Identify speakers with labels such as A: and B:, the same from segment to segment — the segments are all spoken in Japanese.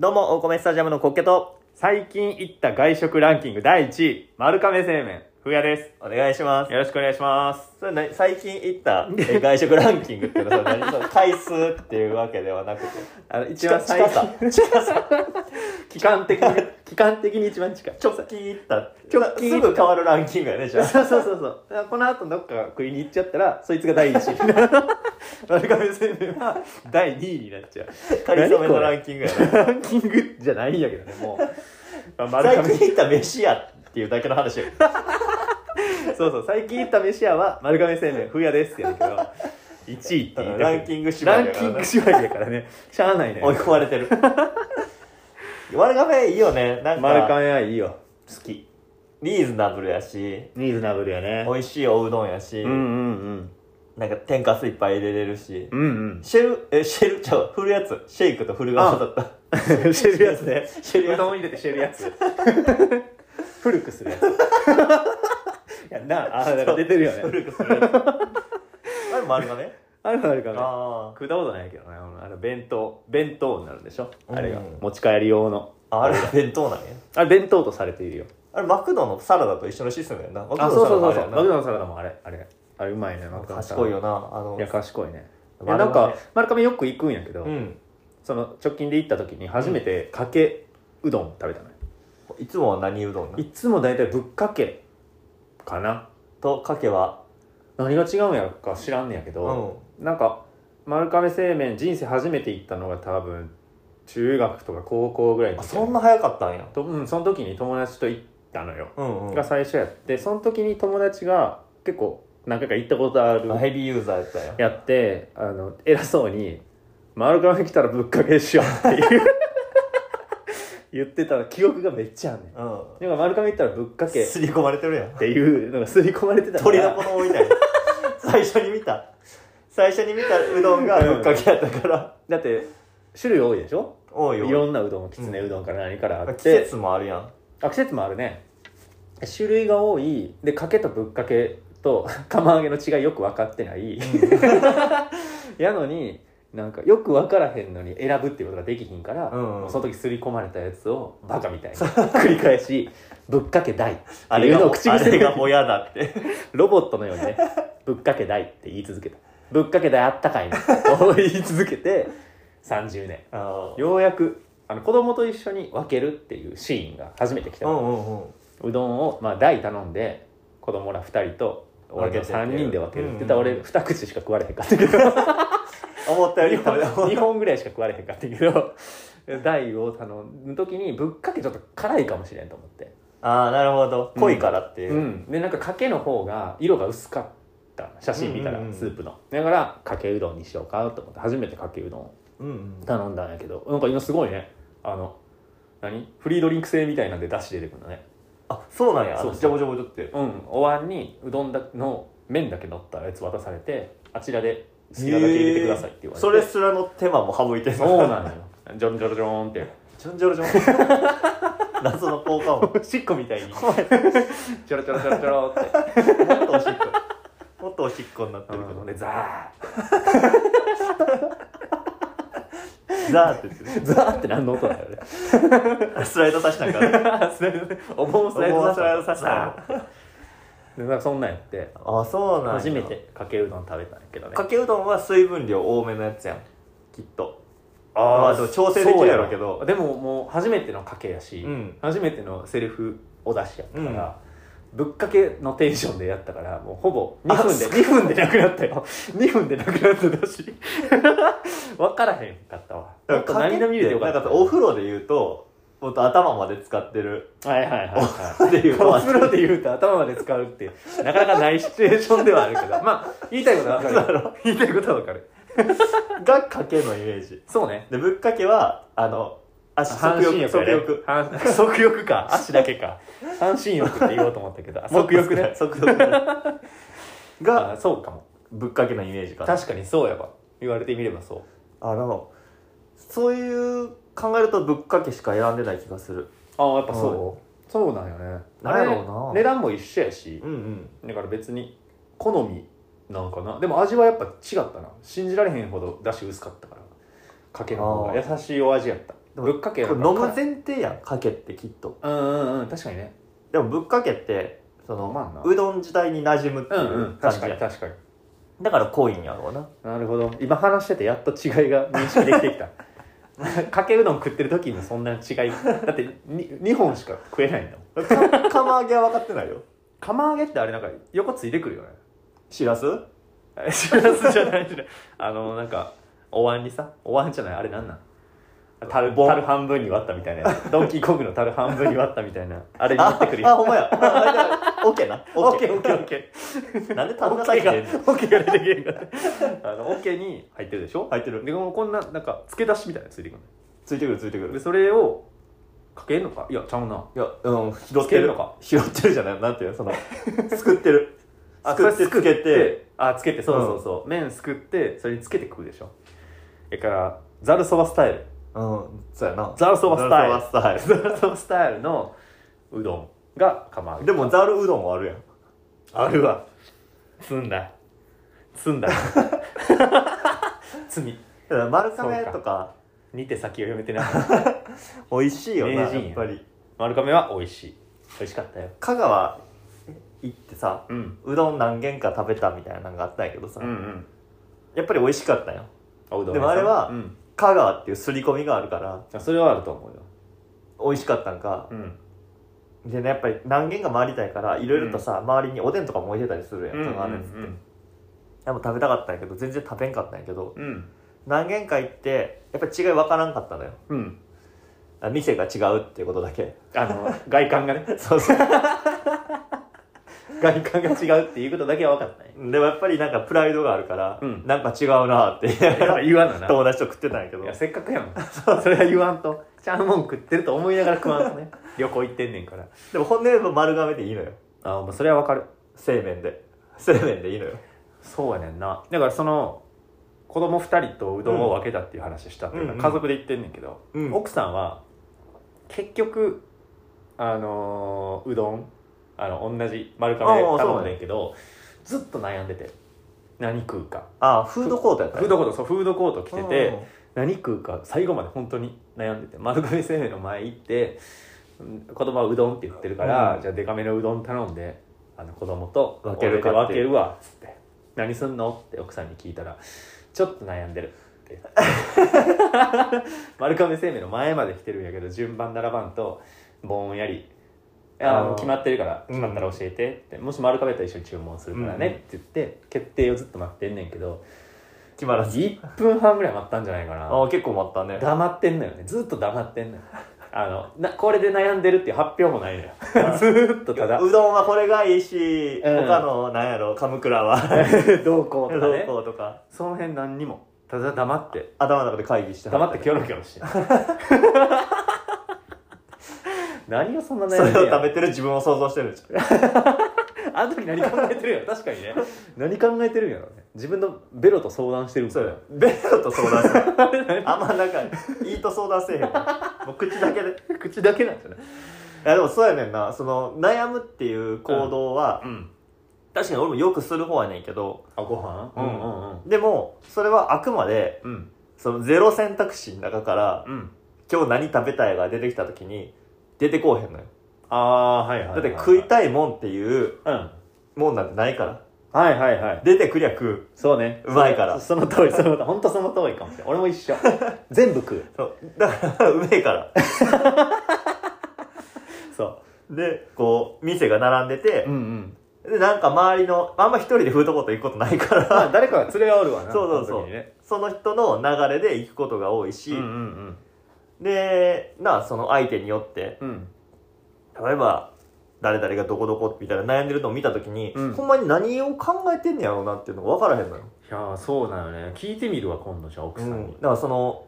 A: どうも、お米スタジアムのコッケと、
B: 最近行った外食ランキング第1位、丸亀製麺、ふやで
A: お願いします
B: す。。よろしくお願いします。
A: それな最近行ったえ外食ランキングっていうのはそれ何その回数っていうわけではなくて
B: あの、一
A: 近
B: 番
A: さ
B: 最近、
A: 近さ
B: 期間的に、期間的に一番近い。
A: 直近行ったって
B: 直近
A: すぐ変わるランキングやねじゃあ
B: そうそうそうそう。だからこの後どっか食いに行っちゃったら、そいつが第1位。丸亀製麺は第2位になっちゃう。
A: かりそめのランキングやね
B: ランキングじゃないんやけどね、 もう。まあ丸
A: 最
B: 亀
A: 近行った飯屋っていうだけの話よ
B: そうそう、最近行った飯屋は丸亀製麺、ふやですやねんけど、1位って言いたくな
A: ラ
B: い
A: ンキング縛
B: ラ
A: り
B: ン
A: やか
B: キ
A: ら
B: ン
A: ね
B: グ縛りだからね。しゃあないね。
A: 追い込まれ てる丸亀いいよねなん
B: 丸
A: か
B: 亀はいいよ。
A: 好きリーズナブルやし
B: リーズナブルやね。
A: 美味しいおうどんやし、
B: うんうんうん。
A: なんか天かすいっぱい入れれるし、
B: うん
A: シェル、え、シェル、ちゃう、振るやつ。シェイクと振る側だった。
B: うん。シェルやつね。
A: シェル
B: う
A: やつ
B: どん入れてシェルや つ。古くす るやつ。やんな、あー、なんか出てるよね。
A: 古くするやつ。 あれもあるかね。
B: あるあるかもね。
A: あ
B: 食ったことないけどね。あの、弁当、弁当になるんでしょあれが
A: うん。
B: 持ち帰り用の。
A: あ。あれが弁当なんや。
B: あれ、弁当とされているよ。
A: あれ、マクドのサラダと一緒のシステムやんな。マクド
B: あ、
A: の
B: そうそうそう
A: サ
B: そ
A: ラ
B: う。
A: ダ
B: マク
A: や
B: ドのサラダもあれ、あれ。あれ、うまいね、マ
A: な
B: クドのサラダ。
A: 賢いよな。あの
B: いや、、賢いね。いや
A: 丸亀
B: なんか、丸亀よく行くんやけど、
A: うん。
B: その直近で行った時に初めてかけうどん食べたのよ、
A: いつもは何うどんない
B: つも大体ぶっかけかな
A: と、かけは。
B: 何が違うんやか知らんねやけ
A: う
B: ど、
A: ん。
B: なんか丸亀製麺人生初めて行ったのが多分中学とか高校ぐらいの
A: あ、
B: 時
A: そんな早かったんや。
B: と、うん、その時に友達と行ったのよ、
A: うんうん。
B: が最初やってその時に友達が結構何回か行ったことある
A: ヘビーユーザーやったんや。
B: やってあの偉そうに「丸亀来たらぶっかけしよう」って いう言ってた記憶がめっちゃあんねん
A: うん。
B: でも丸亀行ったらぶっかけっ
A: すり込まれてる やん。
B: ていうのが刷り込まれてたか
A: 鳥の
B: ら
A: 子供みたいな。最初に見た。最初に見たうどんがぶっかけやったから。
B: だって種類多いでしょ
A: 多い
B: い
A: よ。
B: ろんなうどんきつねうどんから何からあっ
A: 季
B: て、
A: 節もあるやん
B: あ季節もあるね種類が多いでかけとぶっかけと 釜揚げの違いよく分かってない やのになんかよく分からへんのに選ぶっていうことができひんから、
A: うんうん
B: その時刷り込まれたやつをバカみたいに繰り返しぶっかけ大っていうのを口
A: あれ
B: 癖
A: が
B: が
A: 親だって
B: ロボットのようにねぶっかけ大って言い続けたぶっかけ大あったかいねこう言い続けて30年
A: あ
B: ようやくあの子供と一緒に分けるっていうシーンが初めて来た
A: う
B: の、
A: んうんうん
B: うどんを、まあ、大頼んで子供ら2人と俺
A: 分
B: の
A: けて
B: 3人で分けるって言ったら
A: うんうん
B: 俺2口しか食われへんかったけど 2,
A: 思ったより食べ
B: 本
A: た
B: ぐらいしか食われへんかったけど大を頼む時にぶっかけちょっと辛いかもしれんと思って、、
A: ああなるほど濃いからっていううん
B: でなんかかけの方が色が薄かった写真見たら
A: うんうんうん
B: スープの、だからかけうどんにしようかと思って初めてかけうどんを
A: うんうん
B: 頼んだんやけどなんか今すごいねあの何フリードリンク製みたいなんで出汁出てくるのね
A: あそうなんや
B: そうそう
A: ジャボジャボジャボって
B: うんお椀にうどんだの麺だけ乗ったやつ渡されてあちらで好きなだけ入れてくださいって言われて、
A: それすらの手間も省いてる
B: そう なのよジョンジョロジョーンって
A: ジョンジョ ロジョン謎の効果音
B: おしっこみたいにちょろちょろちょろちょろって
A: もっとおしっこもっとおしっこになってるけど
B: でザ
A: ザーって言って
B: ーザーって何の音だよね
A: るスライドさしたんから
B: お盆スライド
A: スライドさせ
B: ザ
A: た
B: ーでなんかそんなんやって
A: あそうなんや
B: 初めてかけうどん食べたんやけどね
A: かけうどんは水分量多めのやつやんきっと
B: ー
A: まあでも調整できるやろうけど
B: そうなでももう初めての賭けやし、
A: うん
B: 初めてのセリフお出しやったから、ぶっかけのテンションでやったからもうほぼ2分で
A: あ
B: 2分でなくなったよ2分でなくなっただし 分からへんかったわ
A: だからかけって
B: 涙見れてよか
A: な
B: っ
A: ん
B: た
A: かさお風呂で言うともっと頭まで使ってる
B: はいはいはい、はい
A: お風呂で言うと
B: お風 呂で言うと頭まで使うってなかなかないシチュエーションではあるけどまあ言いたいことは分かる言いたいことは分かる
A: がかけのイメージ
B: そうね
A: でぶっかけはあの足
B: 半
A: 足
B: 身
A: 浴
B: 浴や
A: 足
B: ね
A: 浴
B: 半足浴 か足だけか半身浴って言おうと思った けどあ足浴 ね
A: 足浴ねが
B: あそうかも
A: ぶっかけのイメージかな
B: 確かにそうやわ言われてみればそう
A: あのそういう考えるとぶっかけしか選んでない気がする
B: あやっぱそうそうなんよね
A: なんやろうな
B: あれ値段も一緒やし
A: うんうん
B: だから別に好みなんかなでも味はやっぱ違ったな信じられへんほどだし薄かったからかけの方が
A: あ
B: 優しいお味やった
A: でも
B: ぶっかけや
A: こ
B: ろ
A: れ飲む前提やんかけってきっと
B: うんうんうん確かにね
A: でもぶっかけってその、
B: まあな
A: うどん自体に馴染むって
B: う
A: い
B: んう
A: うん感
B: 確
A: じ
B: か
A: や
B: に
A: ん
B: 確かに
A: だから濃いんやろうな
B: なるほど今話しててやっと違いが認識できてきた かけうどん食ってる時もそんな違いだってに2本しか食えないんだもん
A: か釜揚げは分かってないよ
B: 釜揚げってあれなんか横ついてくるよね
A: しらす
B: え しらすじゃないしらあのなんかお椀にさお椀じゃないあれなんなん樽
A: 盆
B: 樽半分に割ったみたいなやつドンキーコングの樽半分に割ったみたいなあれに持っ
A: あ
B: てくる
A: あ
B: よ
A: ほんまや あじゃあオッケーな
B: オ
A: オ
B: ッ
A: ッ
B: ケ
A: ケ
B: ー
A: ー
B: オッケーオッケ
A: なんで
B: ー
A: 単
B: オ
A: 価
B: ッ
A: だ
B: ケ
A: け
B: ーが
A: で
B: オッケーが出てけへんかったあのオッケーに入ってるでしょ
A: 入ってる
B: でもうこんななんか付け出しみたいなのついてくる
A: ついてくるついてく
B: ので
A: る
B: それをかけんのかいやちゃうない
A: やうん拾
B: つけるのか
A: 拾ってるじゃないなんていうのその すくってる
B: あ
A: すくってつけて
B: あつけてそうそうそう、麺すくってそれにつけて食うでしょだからざるそばスタイル
A: うんそうやな
B: ざるそばスタイル
A: ざるそばスタイ
B: ざるそばスタイルのうどんが釜揚
A: ル
B: げ
A: でもざるうどんはあるや ん
B: あるわ積んだ積んだ 罪
A: だから丸亀とか
B: にて先を読めてない
A: 美味しいよな
B: 名人や
A: やっぱり
B: 丸亀は美味しい美味しかったよ
A: 香川行ってさ
B: うん
A: うどん何軒か食べたみたいなのがあったんやけどさ、
B: うんうん
A: やっぱり美味しかったよ
B: おうどん
A: でも
B: 屋さん
A: あれは
B: うん
A: 香川っていう刷り込みがあるから
B: あそれはあると思うよ
A: 美味しかったんか
B: うん
A: でねやっぱり何軒か回りたいからいろいろとさ、周りにおでんとかも置いてたりするやん、
B: うんう
A: そのあれっつって、
B: ん
A: でも食べたかったんやけど全然食べんかったんやけど
B: うん
A: 何軒か行ってやっぱり違い分からんかったのよ
B: うん
A: あ店が違うっていうことだけ
B: あの外観 がね
A: そうそう
B: 外観が違うっていうことだけは分かったね
A: でもやっぱりなんかプライドがあるから、
B: うん
A: なんか違うなって言いながら
B: 言わんのな
A: 友達と食ってたんやけど
B: いやせっかくやもんそれは言わんとちゃんもん食ってると思いながら食わんとね 旅行行ってんねんから
A: でも本音言えば丸亀でいいのよ
B: あまあそれは分かる
A: 製麺で製麺でいいのよ
B: そうやねんなだからその子供二2人とうどんを分けたっていう話したっていうか、
A: うん
B: 家族で行ってんねんけど、
A: うん
B: 奥さんは結局あのーうどんあの同じ丸亀
A: ああそう
B: 頼
A: なんんや
B: ねんけどずっと悩んでて何食うか
A: ああフードコートやった
B: フードコートそうフードコート来てて、
A: うん
B: 何食うか最後まで本当に悩んでて丸亀製麺の前行ってうん子供はうどんって言ってるから、
A: うん
B: じゃあデカめのうどん頼んであの子供と
A: 分けるか
B: 俺
A: って
B: で分けるわっつって「何すんの?」って奥さんに聞いたら「ちょっと悩んでる」って 丸亀製麺の前まで来てるんやけど順番並ばんとぼんやり「あ
A: あ
B: あ
A: ー
B: もう決まってるから
A: うん
B: 決まったら教えて」って「もし丸亀と一緒に注文するからね」って言って決定をずっと待ってんねんけど
A: 決まらず
B: 1分半ぐらい待ったんじゃないかな
A: ああ結構待ったね
B: 黙ってんのよねずっと黙ってんのよあのなこれで悩んでるっていう発表もないのよずーっと ただ
A: うどんはこれがいいし、
B: うん
A: 他のなんやろ鎌倉は
B: どうこ
A: ど
B: うとか
A: う
B: ね
A: こうとか
B: その辺何にもただ黙って
A: 頭の中で会議しては
B: 黙
A: た
B: ってキョロキョロ して何をそんな
A: そ
B: 悩ん
A: れ
B: でん
A: を食べ
B: や
A: てる自分を想像してるんちゃう
B: あの時何考えてるやろ確かに ね何考えてるんやろね自分のベロと相談してるん
A: そう
B: だ
A: よベロと相談するあんまなんかいいと相談せえへんもう口だけでい
B: 口だけなんじゃない
A: やでもそうやねんなその悩むっていう行動は、
B: うん
A: 確かに俺もよくする方やねんけど
B: あご飯
A: うん
B: うんうん
A: でもそれはあくまで
B: うん
A: そのゼロ選択肢の中から
B: うん
A: 今日何食べたいが出てきた時に出てこうへんのよ
B: ああはいはい
A: だ
B: は
A: って食いたいもんっていう
B: うんはい
A: もんなんてないから
B: はいはい
A: 出てくりゃ食う
B: そうね
A: うまいから
B: そそ の通りその通り本当その通りかもしれない俺も一 緒全部食う
A: そうだからうめえから
B: そ
A: でこう店が並んでて
B: う、んうん
A: でなんか周りのあんま一人でフードコート行くことないか
B: まあ
A: ら
B: 誰かが連れ合うわな
A: そうそうそう
B: の時にね
A: その人の流れで行くことが多いし、
B: うんうん
A: でなあその相手によって
B: うんうん
A: 例えば誰々がどこどこみたいな悩んでるのを見た時に、
B: うん
A: ほんまに何を考えてんねやろうなっていうのが分からへんのよ、
B: いやーそうなのね聞いてみるわ今度じゃあ奥さ
A: うんん
B: に
A: だからその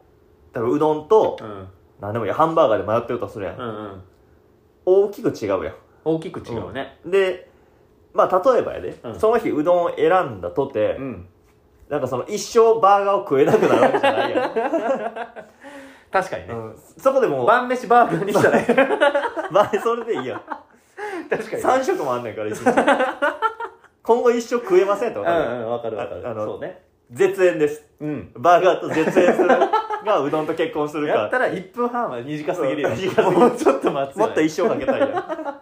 A: 例えばうどんと
B: うんうん
A: 何でもいいハンバーガーで迷ってるとするやん、
B: うん
A: 大きく違うや
B: 大きく違うね
A: んでまあ例えばやで、
B: うん
A: その日うどんを選んだとて、
B: うん
A: なんかその一生バーガーを食えなくなるわけじゃない やん、
B: 確かにね
A: うんそこでもう
B: 晩飯バーガーにしたらいい 確
A: まあそれでいいやん
B: かに
A: 3食もあんねんから一日今後一生食えませんって
B: う
A: こ
B: ん
A: とだよ
B: うんわかるわかる
A: ああの
B: そうね
A: 絶縁です
B: うん
A: バーガーと絶縁するがうどんと結婚する
B: や
A: か
B: ったら1分半は短すぎるよ
A: うん短すぎる
B: もうちょっと待つ
A: もっと
B: も
A: 一生かけたいや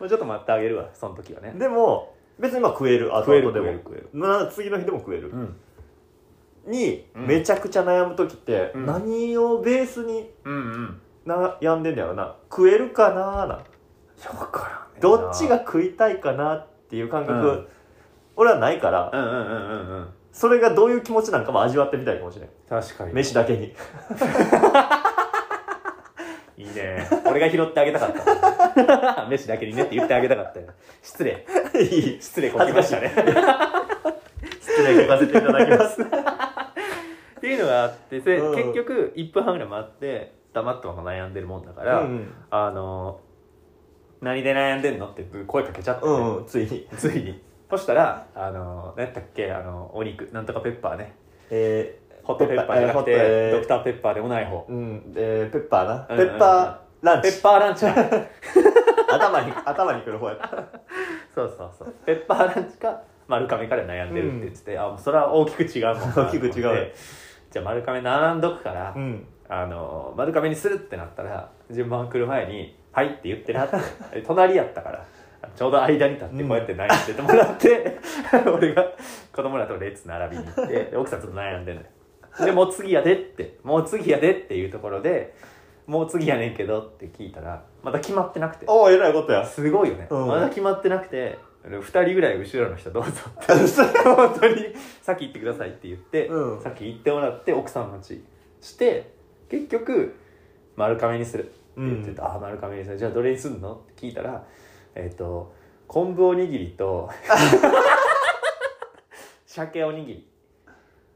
B: うちょっと待ってあげるわその時はね
A: んでも別にまあ食える後
B: 食える
A: 々で
B: 食え
A: も
B: る食える
A: な次の日でも食える、
B: うん
A: に
B: うん
A: めちゃくちゃ悩む時って、
B: うん
A: 何をベースに
B: うんうん
A: 悩んでんだよな食えるかな
B: 分か
A: ーな
B: らんねんな
A: どっちが食いたいかなっていう感覚、
B: うん
A: 俺はないから、
B: うんうんうんうんうん
A: それがどういう気持ちなんかも味わってみたいかもしれない
B: 確かに
A: 飯だけに
B: いいね俺が拾ってあげたかった 飯だけにねって言ってあげたかったよ失礼
A: いい
B: 失礼こきましたね
A: 失礼聞かせていただきます
B: っていうのがあってで
A: うん
B: 結局1分半ぐらい待って黙ったまま悩んでるもんだか
A: う
B: ら、
A: ん
B: あの何で悩んでんの?」って声かけちゃって、
A: うん、うん、ついに
B: ついにそしたらあの何やったっけあのお肉なんとかペッパーね
A: え
B: ホットペッパーじゃなくて、
A: ペッパーえー
B: ドクターペッパーでもない方
A: ー、うんえー、ペッパーな、
B: うん
A: ペッパーラン
B: ペ
A: チ
B: ッパーランチか
A: 頭に頭にくる方やった
B: そうそうそうペッパーランチか丸亀から悩んでるって言ってて、あもうそれは大きく違うもんなと思って
A: 大きく違う
B: じゃあ丸亀並んどくから、
A: うん
B: あの丸亀にするってなったら順番来る前に「はい」って言ってなって え隣やったからちょうど間に立ってこうやって悩んでてもらって、 俺が子供らと列並びに行ってで奥さんちょっと悩んでるのよでもう次やでってもう次やでっていうところでもう次やねんけどって聞いたらまだ決まってなくて
A: おおえらいことや
B: すごいよね、
A: うん
B: まだ決まってなくて2人ぐらい後ろの人どうぞって 本当に先行ってくださいって言って、
A: うん
B: 先行ってもらって奥さん待ちして結局丸亀にするって言ってた、ああ丸亀にするじゃあどれにすんのって聞いたらえっ、と昆布おにぎり と鮭おにぎり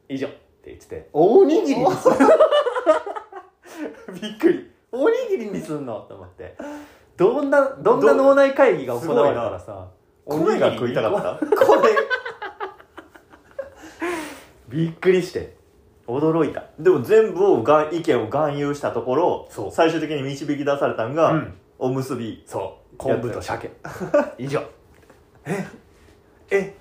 B: 以上って言ってておにぎりにする びっくりおにぎりにすんのと思ってどんなどんな脳内会議が行われたらさおにぎ
A: 米
B: り
A: が食いたかった
B: これびっくりして驚いた
A: でも全部をがん意見を含有したところ
B: そう
A: 最終的に導き出されたんが、
B: うん
A: おむすび
B: そう昆布と鮭 以上
A: ええ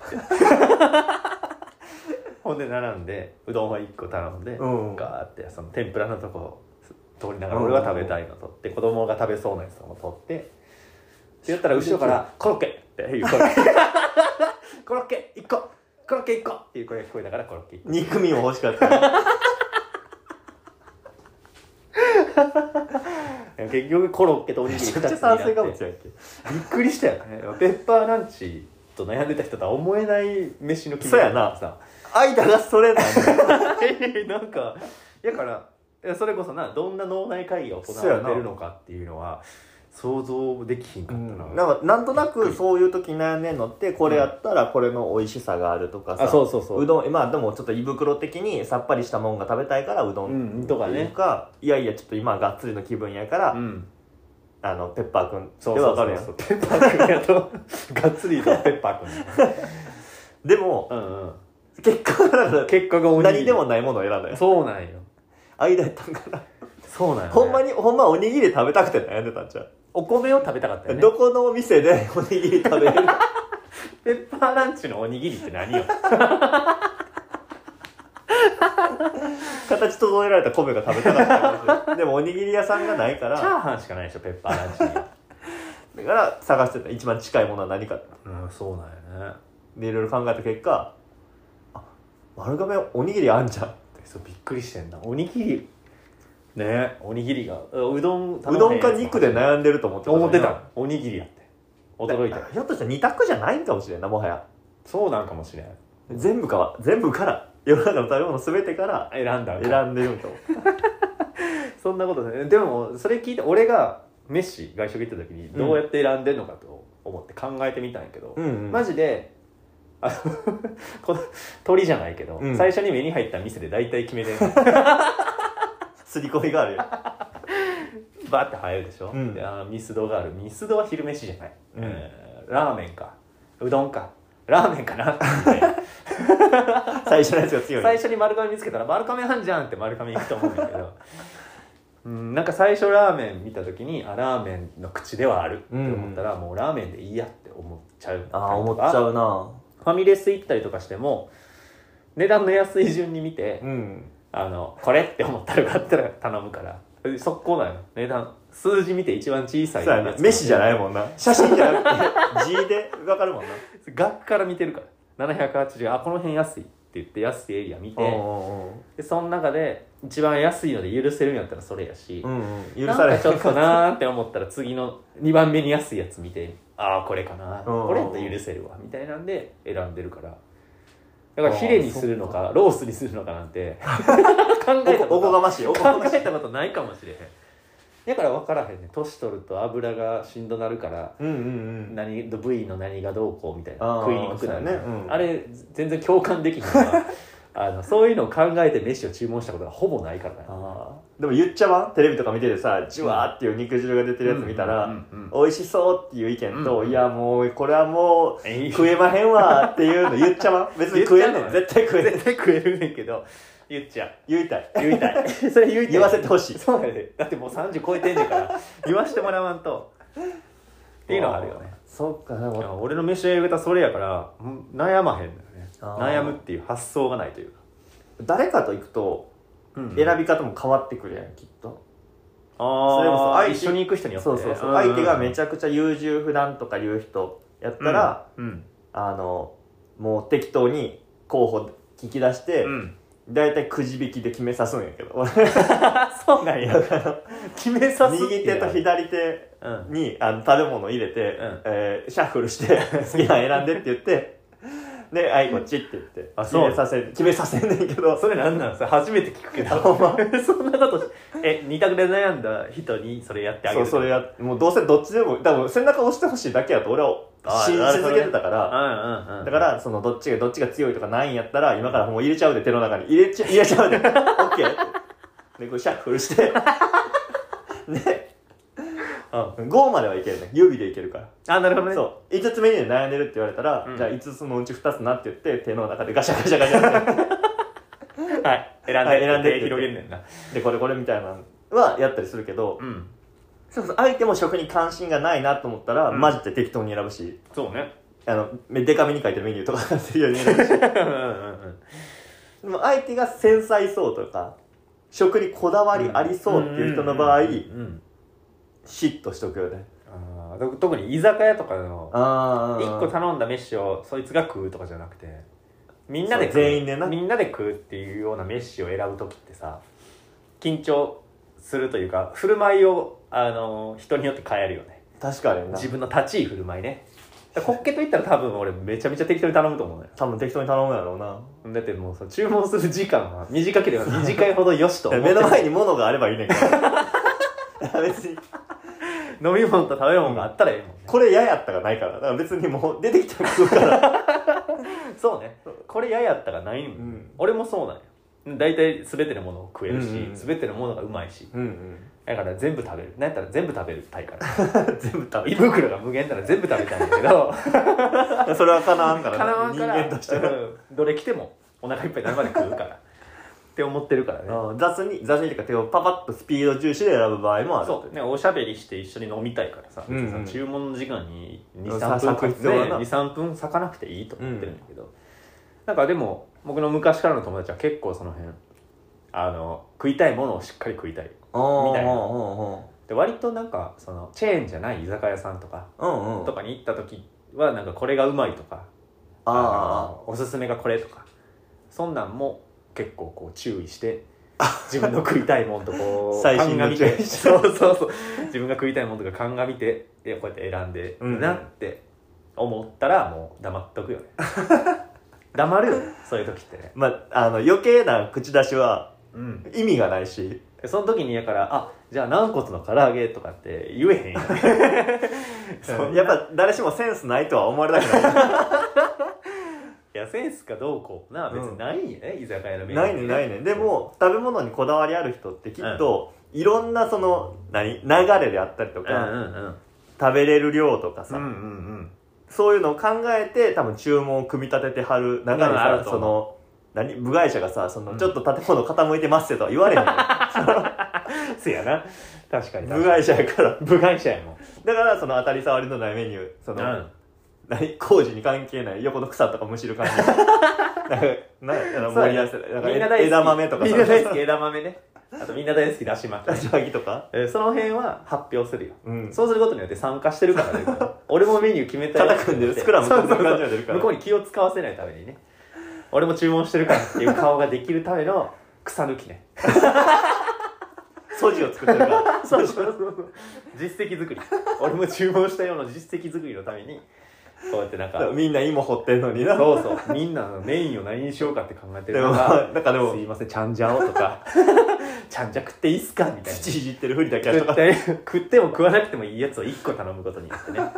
B: ほんで並んでうどんは1個頼んで、
A: うん
B: ガーってその天ぷらのとこを通りながら
A: うん
B: 俺が食べたいのとって子供が食べそうなやつも取ってって言ったら後ろから「コロッケ!」っていう 声コロッケ1個コロッケ1個っていう声が聞こえたからコロッケ1個
A: 肉味も欲しかった
B: でも結局コロッケとおに
A: め
B: ぎり
A: ちゃ
B: 2
A: く
B: つ
A: ちゃ
B: にな
A: 賛
B: って
A: 成かもしれんけ
B: びっくりしたよねペッパーランチと悩んでた人とは思えない飯の気
A: そうやな
B: さ
A: 間がそれなんだ
B: なんかやからいやそれこそなどんな脳内会議が行われてるのかっていうのは想像できひんか
A: う
B: っ
A: ん
B: たな、
A: なんかなんとなくそういう時に悩んでんのってこれやったらこれの美味しさがあるとかさ、
B: あそうそうそう
A: うどんまあでもちょっと胃袋的にさっぱりしたもんが食べたいからうど
B: うんんとか
A: っていう
B: ね
A: か、いやいやちょっと今がっつりの気分やから、
B: うん
A: あのペッパーくん
B: そう
A: で
B: そうそ
A: わか
B: う
A: るやん
B: ペッパー君やと がっつりとペッパー君
A: でも
B: うんうん
A: 結果だから
B: 結果がおにぎり
A: 何でもないものを選んだよ
B: そうなんよ
A: 間やったんから
B: そうなんよ、ね、
A: ほんまにほんまおにぎり食べたくて悩んでたんちゃう、
B: お米を食べたかったよね
A: どこのお店で おにぎり食べれる
B: ペッパーラン チのおにぎりって何よ
A: 形整えられた米が食べたかったかもしれんでもおにぎり屋さんがないか
B: チャ
A: ら
B: ーハンしかないでしょペッパーランチに
A: だから探してた一番近いものは何か
B: うんそうなんよね
A: でいろいろ考えた結果あ丸亀おにぎりあんじゃん
B: そうびっくりしてんなおにぎりねおにぎりがうどん
A: うどんか肉
B: い
A: で悩んでると思って
B: 思ってたおにぎりやって驚いた
A: ひょっとしたら二択じゃないんかもしれんなもはや
B: そうなんかもしれん
A: 全部か全部から世の中の食べ物全てから
B: 選んだ
A: 選んでるんかも
B: そんなことないでもそれ聞いて俺が飯外食行った時にどうやって選んでんのかと思って考えてみたんやけど、
A: うん、うん、
B: マジであの この鳥じゃないけど、
A: うん
B: 最初に目に入った店で大体決め てんの
A: すり込みがあるよ
B: バーって入るでしょ、
A: うん
B: であーミスドがあるミスドは昼飯じゃない、
A: うん
B: えーラーメンかうどんかラーメンかなみたいな
A: 最初のやつが強い
B: 最初に丸亀見つけたら丸亀なんじゃんって丸亀行くと思うんだけ どうんなんか最初ラーメン見た時にあラーメンの口ではあるって思ったら、もうラーメンでいいやって思っちゃう
A: ああ思っちゃ
B: う
A: うな
B: ファミレス行ったりとかしても値段の安い順に見て、
A: うん
B: あのこれって思ったら買ったら頼むから速攻だよ値段数字見て一番小さ
A: そう
B: い
A: やな飯じゃないいもんな写真じゃ なくて字でわかるもんな
B: 額から見てるから780あこの辺安いって言って安いエリア見
A: うん
B: てでその中で一番安いので許せるんやったらそれやし、
A: うんうんうん許され
B: なんかちょっとなーって思ったら次の2番目に安いやつ見てああこれかな
A: うん
B: これやったら許せるわみたいなんで選んでるからだからヒレにするのかロースにするのかなん て考えた
A: おこ
B: こ
A: おことがましいおこが
B: 考
A: ましい
B: えたことないかもしれへんだから分からへんね年取ると油がしんどなるから
A: うんうん
B: 何部位の何がどうこうみたいな
A: あー
B: 食いにくくなる、
A: そうやねうん
B: あれ全然共感できひんから あのそういうのを考えて飯を注文したことがほぼないからな
A: あーでも言っちゃわんテレビとか見ててさじゅわーっていう肉汁が出てるやつ見たら、
B: うんうんうん
A: 美味しそうっていう意見と、
B: うん
A: いやもうこれはもう
B: えい
A: 食えまへんわーっていうの 言っちゃわん別に食えんね
B: 言
A: ん
B: っ
A: 絶対食えんねん
B: 絶対食えるねんけど言っちゃう
A: 言いたい
B: 言いたい それ言いたい
A: 言わせてほしい
B: そうやでだってもう30超えてんねんから 言わしてもらわんとっていうのはあるよね
A: そっかで
B: いや
A: も
B: 俺の飯のやり方それやからうん悩まへんのよね
A: あー
B: 悩むっていう発想がないというか、
A: 誰かと行くと
B: うん
A: 選び方も変わってくるやんきっと、
B: あ
A: それもそう
B: あ
A: 相手
B: 一緒に行く人によって
A: そうそうそう、相手がめちゃくちゃ優柔不断とか言う人やったら、、
B: うんうん
A: あのもう適当に候補聞き出して、
B: うんうん、
A: 大体くじ引きで決めさすんやけど 俺
B: あそうなんや決めさすってい
A: 右
B: うの
A: 手と左手
B: うん
A: にあの食べ物入れて、
B: うん
A: えーシャッフルして 好きなの選んでって言ってで「はいこっち」って言って
B: あ
A: 決
B: そう
A: めさせ決めさせんねんけど
B: それなんなんそれ初めて聞くけど
A: ほんま
B: そんなことしえ二択で悩んだ人にそれやってあげ
A: そ
B: る
A: うそれやもうどうせどっちでも多分背中押してほしいだけやと俺は
B: あー
A: 信じ続けてたか
B: うん
A: ら、
B: うんうん
A: だからそのどっちがどっちが強いとかないんやったら今からもう入れちゃうで手の中に入れちゃ入れ ちゃうでオッケーでこうシャッフルして で
B: うん
A: 5まではいけるね指でいけるから
B: あなるほどね
A: そう5つ目に悩んでるって言われたら、
B: うん
A: じゃあ5つのうち2つなって言って手の中でガシャガシャガシャって
B: はい選んで,、
A: はい選んで
B: 広げんねんな
A: でこれこれみたいなのはやったりするけど、
B: うん
A: そうそう相手も食に関心がないなと思ったら、
B: うん
A: マジで適当に選ぶし
B: そうね
A: あのめデカめに書いてるメニューとか適当に選ぶし
B: うんうん うん
A: でも相手が繊細そうとか食にこだわりありそうっていう人の場合、
B: うんうん
A: 嫉妬しとくよね
B: あーと特に居酒屋とかの
A: あ
B: 一個頼んだ飯をそいつが食うとかじゃなくてみんなで
A: そう全員でな
B: みんなで食うっていうような飯を選ぶ時ってさ緊張するというか振る舞いをあの人によって変えるよね
A: 確かにな
B: 自分の立ち居振る舞いねだからホッケと言ったら多分俺めちゃめちゃ適当に頼むと思うのよ
A: 多分適当に頼むやろうな
B: だってもうさ注文する時間は短ければ短いほどよしと思って
A: 目の前に物があればいいねんけど 別に
B: 飲み物と食べ物があったらええもんね、
A: これ嫌やったがないからだから別にもう出てきたら食うから、
B: そうねこれ嫌やったがないもん、
A: うん
B: 俺もそうなんよ大体全てのものを食えるし、
A: うんうん
B: 全てのものがうまいし
A: うんうん、
B: だから全部食べるなんやったら全部食べるたいから
A: 全部食
B: 胃
A: べ
B: 袋が無限なら全部食べたいんだけど
A: たそれはかなわんから
B: かなわんから
A: 人間としては、
B: うんどれ来てもお腹いっぱいになるまで食うからって思ってるからね
A: うん雑に雑にというか手をパパッとスピード重視で選ぶ場合もある
B: そうねおしゃべりして一緒に飲みたいからさ,、
A: うんうん
B: 注文の時間に
A: さ
B: 23分
A: 割く必要はな
B: ね23分割かなくていいと思ってるんだけど、なんかでも僕の昔からの友達は結構その辺あの食いたいものをしっかり食いたい
A: うん
B: みたいな
A: う
B: で割となんかそのチェーンじゃない居酒屋さんとか、
A: んうんうんうんうん
B: とかに行った時はなんかこれがうまいとか
A: あ
B: のおすすめがこれとかそんなんも結構こう注意して自分の食いたいもんとこう
A: 最新の
B: 鑑みて
A: 注意
B: そうそうそう自分が食いたいもんとか鑑みてでこうやって選んで
A: うん
B: なって思ったらもう黙っとくよね 黙るよそういう時ってね
A: あまああの余計な口出しは
B: うん
A: 意味がないし
B: でその時にやからあじゃあ軟骨の唐揚げとかって言えへんよね そんな
A: やっぱ誰しもセンスないとは思われたく ない
B: いやセンスかどうこうな別にないんやね、居酒屋のメニュ
A: な
B: ー
A: いね
B: に
A: ないねでも食べ物にこだわりある人ってきっと、いろんなその何流れであったりと
B: うんうん
A: か、
B: うん
A: 食べれる量とか
B: う
A: さ、
B: んうんうん
A: そういうのを考えて多分注文を組み立ててはる
B: う
A: 中で
B: んあ
A: さ
B: る、と思
A: そうの何部外者がさその、
B: うん
A: ちょっと建物傾いてますよとは言われ へんの
B: せやな確かに
A: 部外者やから
B: 部外者やもん
A: だからその当たり障りのないメニューその、
B: うん
A: 何工事に関係ない横の草とかむしる感じなんかなんやなんか
B: そう
A: 盛り
B: やね
A: 合わせなんか
B: みんな大好き
A: 枝豆とか
B: みんな大
A: さ
B: 好き枝豆ねあとみんな大好きだし巻きね、
A: 立ち上げとか
B: えーその辺は発表するよ
A: うん
B: そうすることによって参加してるから ね俺もメニュー決めた
A: 肩組んでるスクラム
B: そうそう
A: 組んでる感
B: そ
A: じが出
B: う
A: るから
B: 向こうに気を使わせないためにね俺も注文してるからっていう顔ができるための草抜きね
A: ソジを作ってるか ら
B: そうそうそう実績作り俺も注文したような実績作りのためにこうやってなんか
A: だからみんな芋掘ってんのにな
B: そうそうみんなのメインを何にしようかって考えてる
A: で
B: か
A: も
B: ら
A: なんかでも
B: すいませんちゃんじゃお」と か「ちゃんじゃ食っていいっすか?」みたいな
A: 土いじってるふりだけやる
B: 食
A: と
B: っ
A: か
B: て食っても食わなくてもいいやつを1個頼むことによ ってね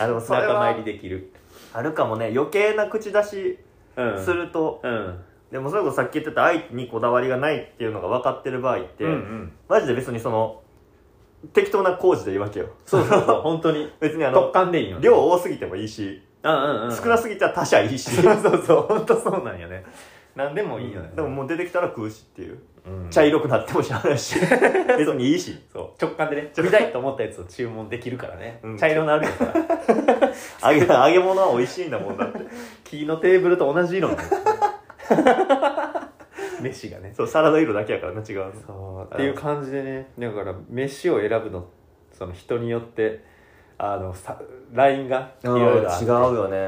A: あでもそれ
B: 仲間入り
A: は
B: できる
A: あるかもね余計な口出し
B: うん
A: すると、
B: うん
A: でもそれこそさっき言ってた相手にこだわりがないっていうのが分かってる場合って、
B: うんうん
A: マジで別にその適当な工事でいいわけよ
B: そうそうそう本当に
A: 別にあ
B: 突
A: の
B: 貫でいいよね
A: 量多すぎてもいいし、
B: うんうんうん
A: 少なすぎたら他者いいし、
B: そうそうそう本当そうなんよね何でもいいよね
A: でももう出てきたら食うしっていう、
B: うん
A: 茶色くなってもし ゃあないし別にいいし
B: そう直感でね見たいと思ったやつを注文できるからね
A: うん
B: 茶色のあるやつは
A: 揚げ揚げ物は美味しいんだもんだって
B: 木のテーブルと同じ色の 飯がね
A: そうサラダ色だけやからな違うの
B: そうっていう感じでねだから飯を選ぶのその人によってあのさラインがいろいろあって
A: 違うよね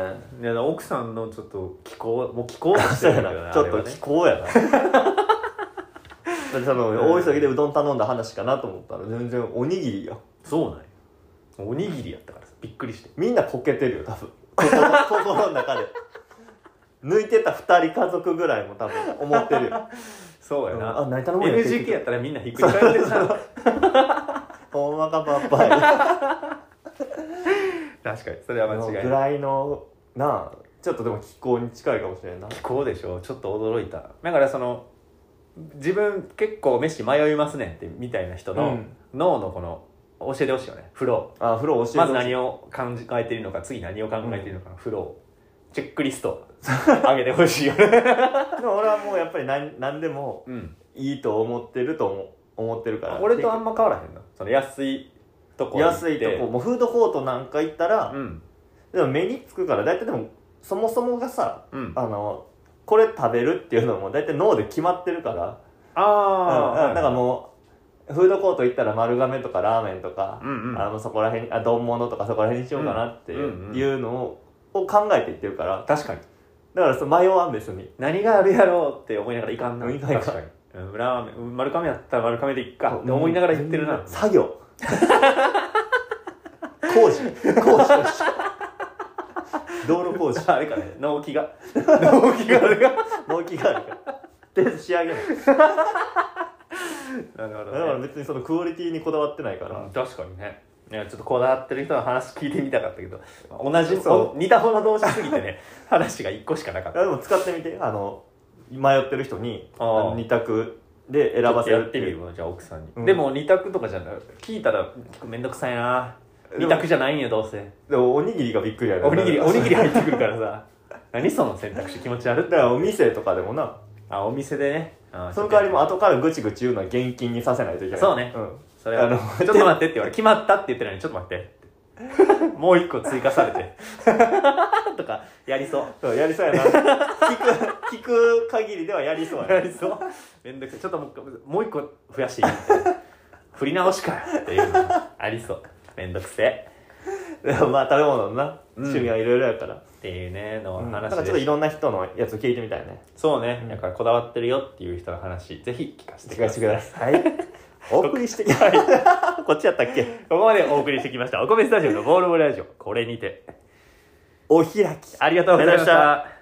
B: いや奥さんのちょっと気候もう気候として
A: そう
B: るんだ
A: や
B: けどね
A: な ちょっ
B: あれは
A: と
B: ね
A: 気 候やなだってその大急ぎでうどん頼んだ話かなと思ったら全然おにぎりや
B: そうなんよおにぎりやったからさびっくりして
A: みんなこけてるよ多分心心の中で抜いてた2人家族ぐらいも多分思ってるよ
B: そうや
A: うん
B: な、
A: あ何頼むんや
B: NGK やったらみんなひっくり返ってさ
A: ほんまかパッパや
B: 確かにそれは間違い
A: ぐ
B: ない
A: らいのなあちょっとでも気候に近いかもしれんな
B: 気候でしょちょっと驚いただからその自分結構飯迷いますねってみたいな人の、
A: うん
B: 脳のこの教えてほしいよねフロー
A: あ風呂教えて
B: まず
A: ほしい
B: 何を考えているのか次何を考えているのかのフローチェックリスト上げてほしいよね
A: でも俺はもうやっぱり何何でも
B: うん
A: いいと思ってると思思ってるから
B: 俺とあんま変わらへんなその安いとこ行って
A: 安いとこもうフードコートなんか行ったら、
B: うん
A: でも目につくから大体でもそもそもがさ
B: うん
A: あのこれ食べるっていうのも大体脳で決まってるから
B: あ
A: うんだからもうフードコート行ったら丸亀とかラーメンとか、
B: うんうん
A: あのそこら辺あ丼物とかそこら辺にしようかなっていう,、
B: うんうんうん
A: のをを考えていってるから
B: 確かに
A: だからその迷わん別に
B: 何があるやろうって思いながらいかんな
A: うんいかんいかん
B: 確かにうんラーメンうん丸亀やったら丸亀でいっかって思いながら言ってるな
A: 作業 工事工事 として道路工事
B: あれかね納期 が納期があ るが
A: 納期があるからで仕上げない
B: なるほ
A: だから別にそのクオリティにこだわってないから、
B: うん確かにねいやちょっとこだわってる人の話聞いてみたかったけど同じお
A: そ
B: 似た者同士すぎてね 話が1個しかなかっ
A: あで
B: た
A: も使ってみてあの迷ってる人に
B: あー
A: あの二択で選ばせ
B: や
A: る
B: ってみるわじゃあ奥さんに、
A: うん
B: でも2択とかじゃない聞いたら結構面倒くさいな
A: で
B: 2
A: も
B: 択じゃないんやどうせ
A: でもおにぎりがびっくりやる
B: おにぎ りおにぎり入ってくるからさ何その選択肢気持ち悪
A: だ
B: い
A: からお店とかでもな
B: あお店でねあ
A: その代わりも
B: あ
A: 後からぐちぐち言うのは現金にさせないといけない
B: そうね
A: ん、
B: それは
A: あの
B: ちょっと待ってって言われ決まったって言ってるのにちょっと待って もう1個追加されて とかやりそう
A: そうやりそうや な聞く聞く限りではやりそうや
B: や
A: な
B: りそうめんどくさいちょっともう一個もう一個増やしていいみたいな振り直しかよっていうのがありそうめんどくせえ
A: でも まあ食べ物のな、
B: うん
A: 趣味はいろいろやから、
B: っていうねの
A: うん、だ
B: 話で
A: から
B: す、
A: ちょっといろんな人のやつ聞いてみたいね
B: そうね、
A: うん
B: だからこだわってるよっていう人の話ぜひ聞かせてく
A: 聞
B: だ
A: か
B: さ
A: せ
B: い
A: てくださ いお送りしてこっちやったっけ
B: ここまでお送りしてきましたお米スタジオのボールボールラジオこれにて
A: お開き
B: ありがとうございまし
A: ありがとうござい
B: た